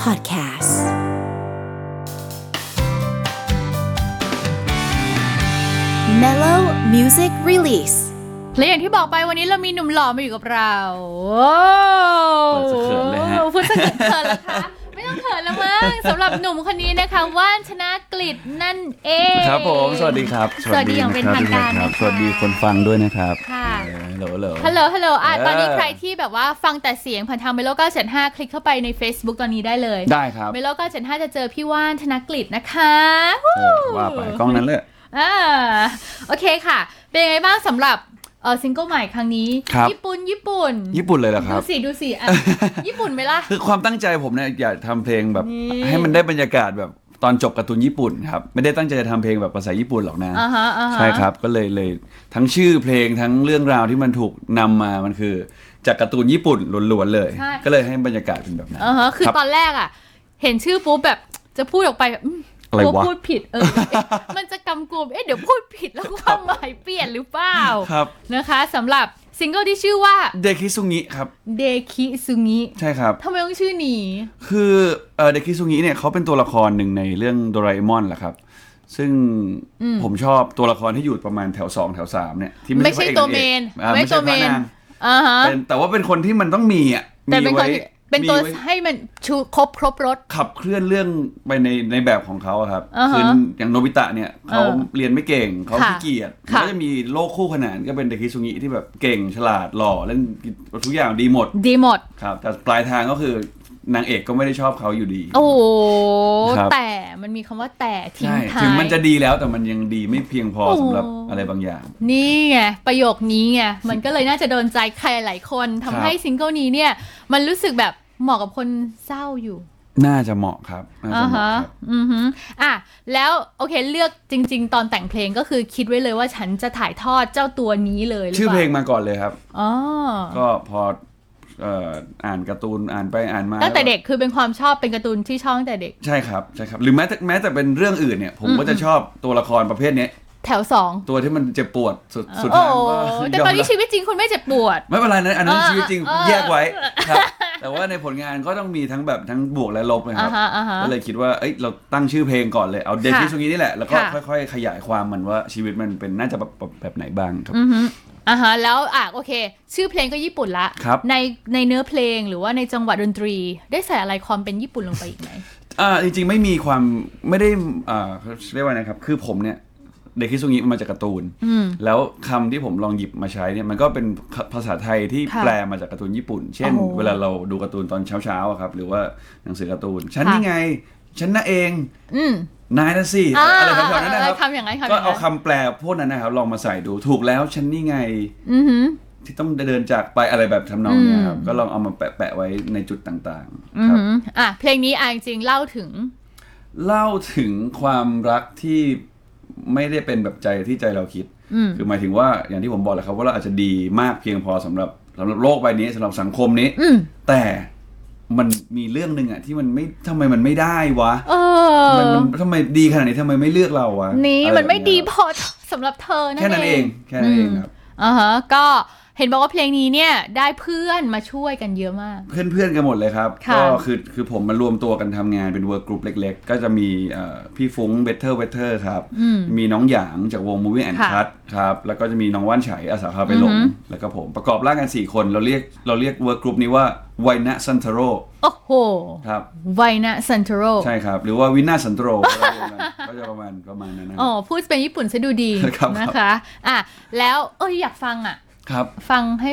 Podcast Mellow Music Release และอย่างที่บอกไปวันนี้เรามีหนุ่มหล่อมาอยู่กับเรา เปิดสะเขินเลยฮะ โอ้พูดสะเกิดเขินแล้วคะไม่ต้องเขินแล้วมั้งสำหรับหนุ่มคนนี้นะคะ ว่านชนะกฤษนั่นเอง ครับผม สวัสดีครับ สวัสดีอย่างเป็นทางการ นะครับ นะคะ สวัสดีคนฟังด้วยนะครับ ค่ะ เออเหลอเหลอ ฮัลโหลฮัลโหลอ่ะ เออ ตอนนี้ใครที่แบบว่าฟังแต่เสียงผ่านทางเมโล975 คลิกเข้าไปใน Facebook ตอนนี้ได้เลย ได้ครับ เมโล975 จะเจอพี่ว่านธนกฤษนะคะ เออว่าไปกล้องนั้นเลย อ่าโอเคค่ะ เป็นยังไงบ้างสำหรับเออซิงเกิลใหม่ครั้งนี้ ครับ ญี่ปุ่นญี่ปุ่น ญี่ปุ่นเลยเหรอค ดู รับ สิดูสิ อ่ะ ญี่ปุ่นไหมล่ะ คือความตั้งใจผมเนี่ยอยากทำเพลงแบบ นี่ ให้มันได้บรรยากาศแบบตอนจบการ์ตูนญี่ปุ่นครับ ไม่ได้ตั้งใจจะทำเพลงแบบภาษาญี่ปุ่นหรอกนะ อ่าฮะอ่าฮะ ใช่ครับ ก็เลยเลยทั้งชื่อเพลงทั้งเรื่องราวที่มันถูกนำมามันคือ จากการ์ตูนญี่ปุ่นล้วนๆเลย ใช่ ก็เลยให้บรรยากาศเป็นแบบนั้น เออฮะคือ รับ ตอนแรกอ่ะ เห็นชื่อปุ๊บแบบจะพูดออกไปแบบอืม อะไร กลัว วะ พูดผิดเออ เอ๊ะมันจะกำกวมเอ๊ะเดี๋ยวพูดผิดแล้วความหมายเปลี่ยนหรือเปล่า ครับ นะคะสำหรับซิงเกิลที่ชื่อว่า เดคิซุงิครับ เดคิซุงิ ใช่ครับ ทำไมต้องชื่อนี้ คือเอ่อเดคิซุงิเนี่ยเขาเป็นตัวละครหนึ่งในเรื่องโดราเอมอนแหละครับ ซึ่งผมชอบตัวละครที่อยู่ประมาณแถว 2 แถว 3 เนี่ยที่ ไม่ใช่ พระอก ตัวเมน างอกอ่าไม่ ตั ใช่ ว พ เม ระ น นาง อ่าฮะ เป็นแต่ว่าเป็นคนที่มันต้องมีอ่ะ แต่เป็นคน มี ที่ ไ เป็นตัว มีไ ให้มันชูครบครบรถ ขับเคลื่อนเรื่องไปในในแบบของเขาอะครับ อ่าฮะ คืออย่างโนบิตะเนี่ยเขา เออ เรียนไม่เก่งเขา ค่ะ ขี้เกียจ ค่ะ ก็จะมีโลกคู่ขนานก็เป็นเดคิซุงิที่แบบเก่งฉลาดหล่อเล่นทุกอย่างดีหมด ดีหมด ครับแต่ปลายทางก็คือนางเอกก็ไม่ได้ชอบเขาอยู่ดี โอ้โห ครับ แต่มันมีคำว่าแต่ทิ้ง ใช่ ท้าย ถึงมันจะดีแล้วแต่มันยังดีไม่เพียงพอ โอ้ สำหรับอะไรบางอย่าง นี่ไงประโยคนี้ไงมันก็เลยน่าจะโดนใจใครหลายคนทำให้ ครับ ซิงเกิลนี้เนี่ย มันรู้สึกแบบเหมาะกับคนเศร้าอยู่ น่าจะเหมาะครับน่า อ่า จะเหฮะมาะครับ อือฮึอ่ะแล้วโอเคเลือกจริง ๆ ตอนแต่งเพลงก็คือคิดไว้เลยว่าฉันจะถ่ายทอดเจ้าตัวนี้เลยหรื ชื่อ ปา เพลงมาก่อนเลยครับ อ๋อ ก็พอเอ่ออ่านการ์ตูนอ่านไปอ่านมา ตั้งแต่ ล้ว เด็กคือเป็นความชอบเป็นการ์ตูนที่ชอบตั้งแต่เด็ก ใช่ครับใช่ครับ หรือแม้แต่แม้แต่เป็นเรื่องอื่นเนี่ย ผมก็จะชอบตัวละครประเภทเนี้ย แถวสอง ตัวที่มันเจ็บปวดสุดสุด โอ้ ทาง โห ก็ แต่ ยม ตอนนี้ รับ ชีวิตจริงคุณไม่เจ็บปวด ไม่เป็นไรนะอันนั้น เออ ชีวิตจริง เออ แยกไว้ครับ แต่ว่าในผลงานก็ต้องมีทั้งแบบทั้งบวกและลบนะครับ อ่าฮะอ่าฮะ ก็เลยคิดว่าเอ้ยเราตั้งชื่อเพลงก่อนเลยเอาเดน ค่ะ ที่ตรงนี้นี่แหละแล้วก็ ค่ะ ค่อยๆ ขยายความมันว่าชีวิตมันเป็นน่าจะแบบแบบแบบไหนบ้างครับ อือฮึอ่าฮะแล้วอ่ะโอเค ชื่อเพลงก็ญี่ปุ่นละ ครับ ในในเนื้อเพลงหรือว่าในจังหวะดนตรี ได้ใส่อะไรความเป็นญี่ปุ่นลงไปอีกไหม อ่าจริงๆไม่มีความไม่ได้อ่าเขาเรียกว่าไงครับ คือผมเนี่ยเด็กคิดตรงนี้มาจากการ์ตูน อืม แล้วคำที่ผมลองหยิบมาใช้เนี่ยมันก็เป็นภาษาไทยที่ ค่ะ แปลมาจากการ์ตูนญี่ปุ่น เช่น โอ้โห เวลาเราดูการ์ตูนตอนเช้าๆอะครับ หรือว่าหนังสือการ์ตูน ฉัน ค่ะ นี่ไง ฉันน่ะเอง อืม นายนะสิอะไรแบบนั้นอ่านะค อ่า รับ อ่าคำอย่างนั้นคำ ก็ ย่ง เอา นั้น คำแปลพวกนั้นนะครับลองมาใส่ดูถูกแล้วฉันนี่ไง อือฮึ ที่ต้องเดินจากไปอะไรแบบทำนองเนี้ยครับ อืม ก็ลองเอามาแปะๆไว้ในจุดต่าง อือๆครับ ฮึอ่ะเพลงนี้อ่ะจริงๆเล่าถึง เล่าถึงความรักที่ไม่ได้เป็นแบบใจที่ใจเราคิด อืม คือหมายถึงว่าอย่างที่ผมบอกแหละครับว่าเราอาจจะดีมากเพียงพอสำหรับสำหรับโลกใบนี้สำหรับสังคมนี้ อืม แต่มันมีเรื่องหนึ่งอะที่มันไม่ทำไมมันไม่ได้วะ เอ ทำไม อ มันทำไมดีขนาดนี้ทำไมไม่เลือกเราวะ นี่ อะร มันไม่ แบบเย ดี ค พ รับ อ สำหรับเธอนั่น แค่นั้นเองแค่นั้นเองครับ อ่าฮะก็เห็นบอกว่าเพลงนี้เนี่ยได้เพื่อนมาช่วยกันเยอะมาก เพื่อนๆกันหมดเลยครับ ค่ะ ก็คือคือผมมารวมตัวกันทำงานเป็นเวิร์กกลุ่มเล็ก ๆ ก็จะมีเอ่อพี่ฟุ้งเบเตอร์เบเตอร์ครับ อืม มีน้องหยางจากวง Movie and ค่ะ Cut ครับ แล้วก็จะมีน้องว่านไฉอาสาพาไปหลง อือหือ แล้วก็ผมประกอบร่างกัน 4 คน เราเรียกเราเรียกเวิร์กกลุ่มนี้ว่าไวนะซันทโร โอ้โห ครับ ไวนะซันเทโร ใช่ครับ หรือว่าวินาซันทโรก็จะประมาณประมาณนั้นนะค อ๋ รั อบ พูดเป็นญี่ปุ่นซะดูดี ครับ นะคะ อ่ะ แล้วเอ้ยอยากฟังอ่ะ ครับ ฟังให้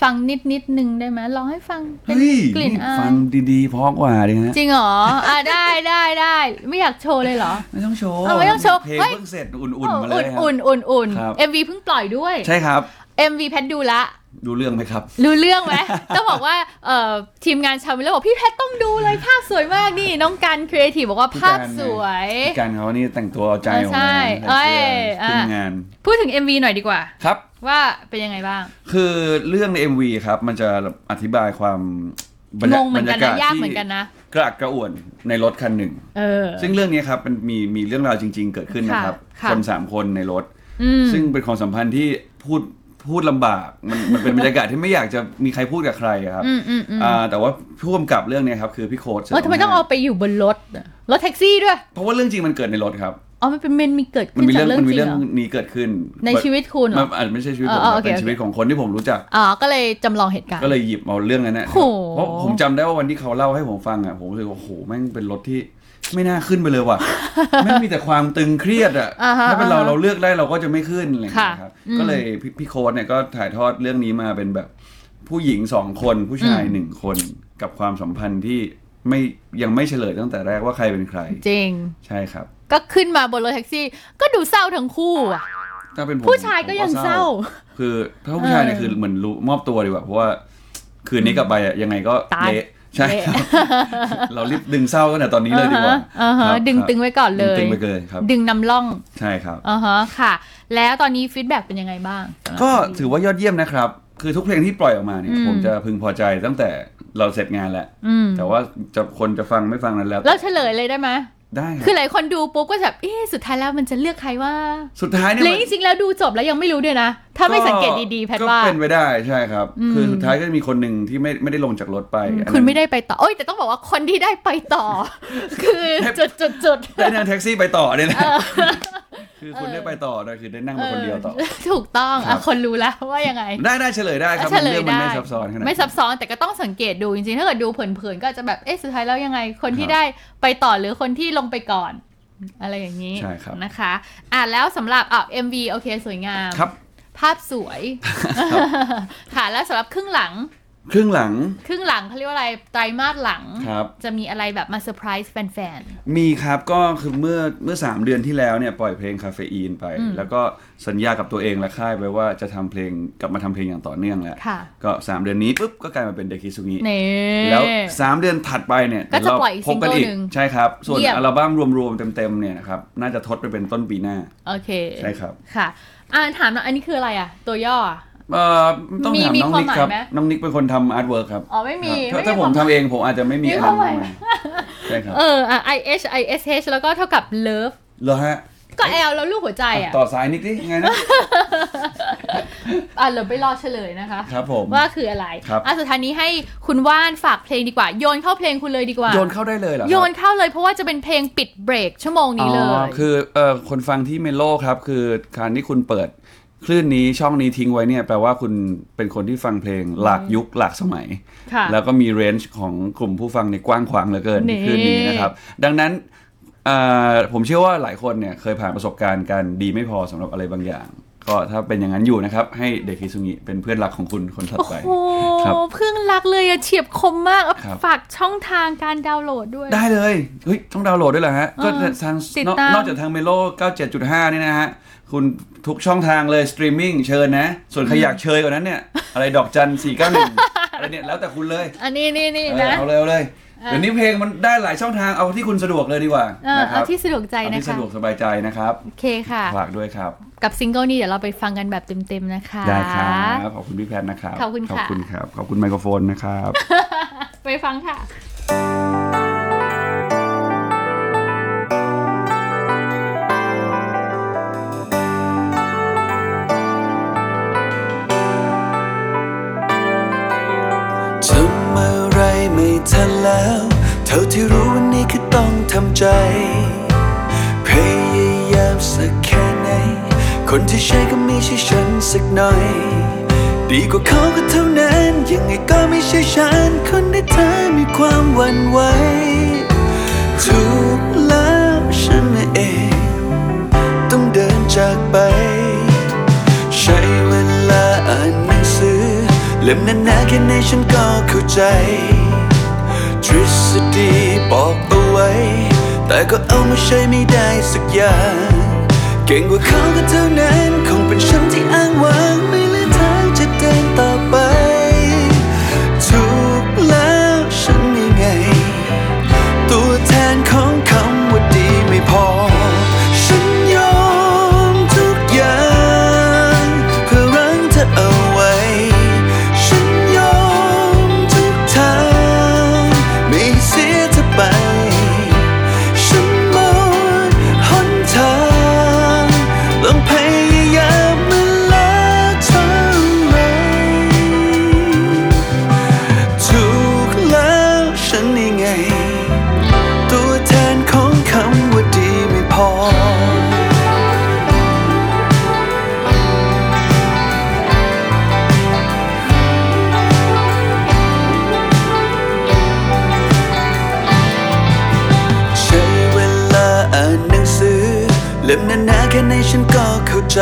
ฟังนิดนิดนึงได้ไหมลองให้ฟังเป็น เฮ้ย กลิ่น นี่ อา ฟังดีๆเพราะกว่าดีฮะ จริงเหรอ อ่ะได้ได้ได้ไม่อยากโชว์เลยเหรอ ไม่ต้องโชว์ เอาไม่ต้องโชว์ เพลง เฮ้ย เพิ่งเสร็จอุ่นๆมาเลยครับ อุ่นอุ่นอุ่น ครับ เอ็มวีเพิ่งปล่อยด้วย ใช่ครับ MV แพทดูละ ดูเรื่องไหมครับ รู้เรื่องไหม ต้องบอกว่าเอ่อทีมงานชาวมิลเลอร์บอกพี่แพทต้องดูเลยภาพสวยมากนี่น้องกันครีเอทีฟบอกว่า พี่ ภาพ การ สวย พี่การเขานี่แต่งตัวเอาใจของ ใช่ งาน เอ้ย เอ่ะสื้อทีมงาน พูดถึง MV หน่อยดีกว่า ครับ ว่าเป็นยังไงบ้าง คือเรื่องใน MV ครับ มันจะอธิบายความบรรง ยาง เหมือนกันนะบรร ยากเหมือนกันนะ กระอักกระอ่วนในรถคันหนึ่ง เออ ซึ่งเรื่องนี้ครับมันมีมีเรื่องราวจริง ๆ เกิดขึ้นนะครับ ค่ะค่ะ คนสามคนในรถ อืม ซึ่งเป็นความสัมพันธ์ที่พูด พูดลำบากมันมันเป็นบรรยากาศที่ไม่อยากจะมีใครพูดกับใครอะครับ อืมอืมอืม อ่าแต่ว่าผู้กำกับเรื่องเนี้ยครับคือพี่โค้ด เออทำไมต้องเอาไปอยู่บนรถอะรถแท็กซี่ด้วย เพราะว่าเรื่องจริงมันเกิดในรถครับ อ๋อมันเป็นเมนมีเกิด มั ขึ้ น น มี จา เรื่อก ง เรื่องจริงมันมีเรื่อง เหรอ นี้เกิดขึ้น ในชีวิตคุณเหร มั อ นอาจไม่ใช่ชีวิตผม เออเอครั อบ เป็น โอเค ชีวิตของคนที่ผมรู้จัก อ๋อก็เลยจำลองเหตุการณ์ ก็เลยหยิบเอาเรื่องนั้นนะ โห เพราะผมจำได้ว่าวันที่เขาเล่าให้ผมฟังอ่ะผมรู้สึกว่าโอ้โหแม่งเป็นรถที่ไม่น่าขึ้นไปเลย ว่ะ แม่งมีแต่ความตึงเครียดอ่ะ อ่าฮะ ถ้าเป็นเรา อ่าฮะ เราเลือกได้เราก็จะไม่ขึ้นอะไรอย่างเงี้ยครับ ค่ะอืม ก็เลยพี่พี่โค้ดเนี่ยก็ถ่ายทอดเรื่องนี้มาเป็นแบบผู้หญิงสองคน ผู้ชาย อืม หนึ่งคนกับความสัมพันธ์ที่ไม่ยังไม่เฉลยตั้งแต่แรกว่าใครเป็นใคร จริง ใช่ครับ ก็ขึ้นมาบนรถแท็กซี่ ก็ดูเศร้าทั้งคู่อ่ะ ถ้าเป็นผม ผู้ชายก็ ผม ยังเศร้า คือถ้าผู้ชายเนี่ย เออ คือเหมือนรู้มอบตัวดีกว่าเพราะว่าคืนนี้กลับไปอะยังไงก็ ตาย เละใช่ครับ เรารีบดึงเศร้าตั้งแต่ตอนนี้เลยดีกว่า อ่าฮะอ่าฮะ ครับ ดึงตึงไว้ก่อนเลยดึงตึงไปเลยครับ ดึงนำล่อง ใช่ครับ อ่าฮะค่ะ แล้วตอนนี้ฟีดแบ็กเป็นยังไงบ้างสำหรับ ก็ เพลง ถือว่ายอดเยี่ยมนะครับ คือทุกเพลงที่ปล่อยออกมาเนี่ย อืม ผมจะพึงพอใจตั้งแต่เราเสร็จงานแหละ อืม แต่ว่าจะคนจะฟังไม่ฟังนั้นแล้ว แล้วเฉลยเลยได้ไหม ได้ครั คือบ หลายคนดูปุ๊บก็แบบเอ๊ะสุดท้ายแล้วมันจะเลือกใครว่า สุดท้ายเนี่ย หรือ มัน จริงๆแล้วดูจบแล้วยังไม่รู้ด้วยนะ ถ้าไม่สังเกตดีๆแพทย์ว่า ก็เป็นไปได้ใช่ครับ อืม คือสุดท้ายก็จะมีคนหนึ่งที่ไม่ไม่ได้ลงจากรถไปอันนั้น คุณไม่ได้ไปต่อโอ้ยแต่ต้องบอกว่าคนที่ได้ไปต่อ คือจุดจุดจุดๆ ได้นั่งแท็กซี่ไปต่อเนี่ยแหละคือคุณได้ไปต่อนะคือได้นั่ง ๆ มาคนเดียวต่อ เออถูกต้อง ครั อ่ะ บ คนรู้แล้วว่ายังไง ได้ได้เฉลยได้ครับ เฉล เรื่ ย องมัน ได้ ไม่ซับซ้อนขนาด ไม่ซับซ้อนแต่ก็ต้องสังเกตดูจริงๆถ้าเกิดดูเผินๆก็อาจจะแบบเอ๊ะสุดท้ายแล้วยังไง คนที่ ครับ ได้ไปต่อหรือคนที่ลงไปก่อน อะไรอย่างนี้ ใช่ครับ นะคะอ่ะแล้วสำหรับอ่ะ MV โอเคสวยงาม ครับ ภาพสวยค่ะแล้วสำหรับครึ่งหลัง ครึ่งหลัง ครึ่งหลังเขาเรียกว่าอะไรไตรมาสหลัง ครับ จะมีอะไรแบบมาเซอร์ไพรส์แฟน มีครับก็คือเมื่อเมื่อ 3 เดือนที่แล้วเนี่ยปล่อยเพลงคาเฟอีนไป อืม แล้วก็สัญญากับตัวเองและค่ายไปว่าจะทำเพลงกลับมาทำเพลงอย่างต่อเนื่องแหละ ๆ ค่ะ ก็ 3 เดือนนี้ปุ๊บก็กลายมาเป็นเดคิสุงิ เน่ แล้ว 3 เดือนถัดไปเนี่ย ก็จะ เดี๋ยวเรา ปล่อยอีก พบกัน ซิงเกิล อีก หนึ่ง ใช่ครับ ส่วน เยี่ยม อัลบั้มรวมๆเต็มๆเนี่ยนะครับน่าจะทดไปเป็นต้นปีหน้า โอเค ใช่ครับ ค่ะอ่าถามหน่อยอันนี้คืออะไรอ่ะ ตัวย่ออ่ะ เอ่อต้องถาม มี น้อง มี นิก ความ ครับ หมายไหม น้องนิกเป็นคนทำอาร์ตเวิร์กครับ อ๋อไม่มี ครับ ไม่ ถ้าผ ค ม ว ทำเองผมอาจจะไม่มี มี อะไร ความหมาย มากมายใช่ครับ เอออ่ะ i h i s h แล้วก็เท่ากับ love เหรอฮะ ก็ l แล้วรูปหัวใจอ่ะ ต่อสายนิกดิไงนะ อ่ะเดี๋ยวไปรอเฉลยนะคะ ครับผม ว่าคืออะไร ครับ อ่ะสุดท้ายนี้ให้คุณว่านฝากเพลงดีกว่า โยนเข้าเพลงคุณเลยดีกว่า โยนเข้าได้เลยเหรอครับ โยนเข้าเลยเพราะว่าจะเป็นเพลงปิดเบรกชั่วโมงนี้เล อ๋อย คือเอ่อคนฟังที่เมโลครับ คือการที่คุณเปิดคลื่นนี้ช่องนี้ทิ้งไว้เนี่ยแปลว่าคุณเป็นคนที่ฟังเพลงหลากยุคหลากสมัย ค่ะ แล้วก็มีเรนจ์ของกลุ่มผู้ฟังในยกว้างขวางเหลือเกิน นี่ ในคลื่นนี้นะครับ ดังนั้นเอ่อผมเชื่อว่าหลายคนเนี่ยเคยผ่านประสบการณ์การดีไม่พอสำหรับอะไรบางอย่าง ก็ถ้าเป็นอย่างนั้นอยู่นะครับ ให้เด็กคิซุงิเป็นเพื่อนรักของคุณคนถัด โอ้ ไป โห ครับ เพิ่งรักเลยอะเฉียบคมมากเอา ครับ ฝากช่องทางการดาวน์โหลดด้วย ได้เลยเฮ้ยต้องดาวน์โหลดด้วยเหรอฮะ ก็ เออ ทาง ติด นอก ตาม นอกจากทางเมโล97.5 นี่นะฮะ คุณทุกช่องทางเลยสตรีมมิ่งเชิญนะ ส่วนใครอยากเชยกว่านั้นเนี่ย อะไรดอกจัน 491 อะไรเนี่ย แล้วแต่คุณเลย อันนี้นี่นี่ เออ นะ เอาเลยเอาเลยเดี๋ยวนี้เพลงมันได้หลายช่องทางเอาที่คุณสะดวกเลยดีกว่า เออ นะครั เอาที่สะดวกใจ เอา นะ ที่ คะ สะดวกสบายใจนะครับ โอเคค่ะ ฝากด้วยครับ กับซิงเกิลนี้เดี๋ยวเราไปฟังกันแบบเต็มๆนะคะ ได้ครับขอบคุณพี่แพทย์นะครับ ขอบคุณค่ะ ขอบคุณครับขอบคุณไมโครโฟนนะครับ ไปฟังค่ะ ทำอะไรไม่ทันแล้ว เท่าที่รู้วันนี้คือต้องทำใจ พยายามสักแค่ไหน คนที่ใช่ก็ไม่ใช่ฉันสักหน่อย ดีกว่าเขาก็เท่านั้น ยังไงก็ไม่ใช่ฉัน คนที่เธอมีความหวั่นไหวถูกแล้วฉันเอง ต้องเดินจากไป ใช้เวลาอ่านหนังสือ เล่มนั้นหนาแค่ไหนฉันก็เข้าใจ ทฤษฎีบอกเอาไว้ แต่ก็เอามาใช้ไม่ได้สักอย่าง เก่งกว่าเขาก็เท่านั้น คงเป็นฉันที่อ้างว้างไม่เหลือทางจะเดินต่อไป ถูกแล้วฉันยังไง ตัวแทนของคำว่าดีไม่พอ ฉันยอมทุกอย่างเพื่อรั้งเธอเอาไว้ ฉันยอมทุกทางไม่เสียเธอไป ฉันหมดหนทางต้องพยายามมาแล้ว ฉันก็เข้าใจ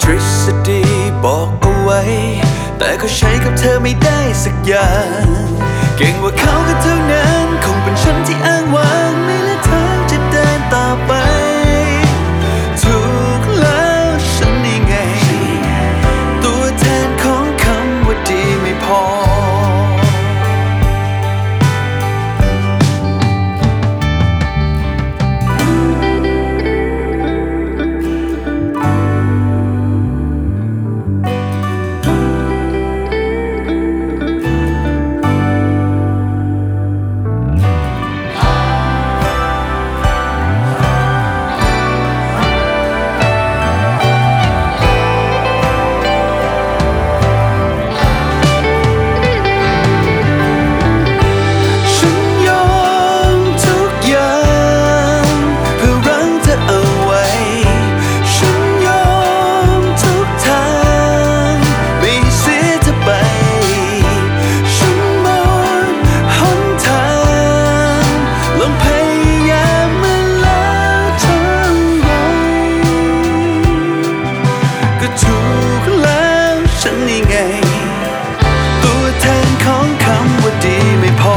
ทฤษฎีบอกเอาไว้ แต่ก็ใช้กับเธอไม่ได้สักอย่าง เก่งกว่าเขาก็เท่านั้น คงเป็นฉันที่อ้างว้างไม่และทางจะเดินต่อไป ถูกแล้วฉันนี่ไง ตัวแทนของคำว่าดีไม่พอ ฉันยอมทุกอย่างเพื่อรังเธอเอาไว้ ฉันยอมทุกทางไม่เสียเธอไป ฉันมองหนทางลองพยายามมาแล้วเท่าไหร่ ก็ถูกแล้วฉันนี่ไง ตัวแทนของคำว่าดีไม่พอ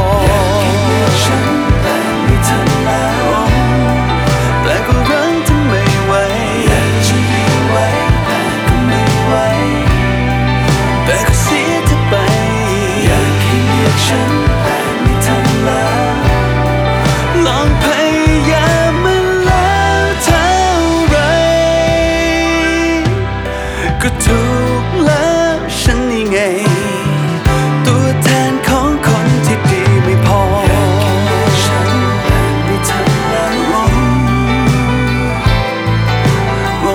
ฉันแต่ไม่ทันแล้ว แต่ก็รังทำไม่ไหวอยากจะอยู่ไว้แต่ก็ไม่ไหว แต่ก็เสียเธอไป อยากให้เรียกฉันแต่ไม่ทันแล้ว ลองพยายามมาแล้วเท่าไหร ก็ถูกแล้วฉันนี่ไง ตัวแทนของคนที่ดีไม่พอฉันแต่ไม่ทันแล้วโอ้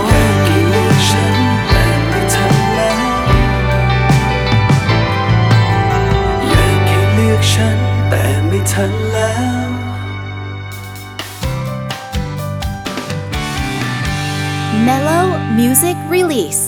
ฉันแต่ไม่ทันแล้วอยากให้เลือกฉันแต่ไม่ทันแล้ว Mellow Music Release.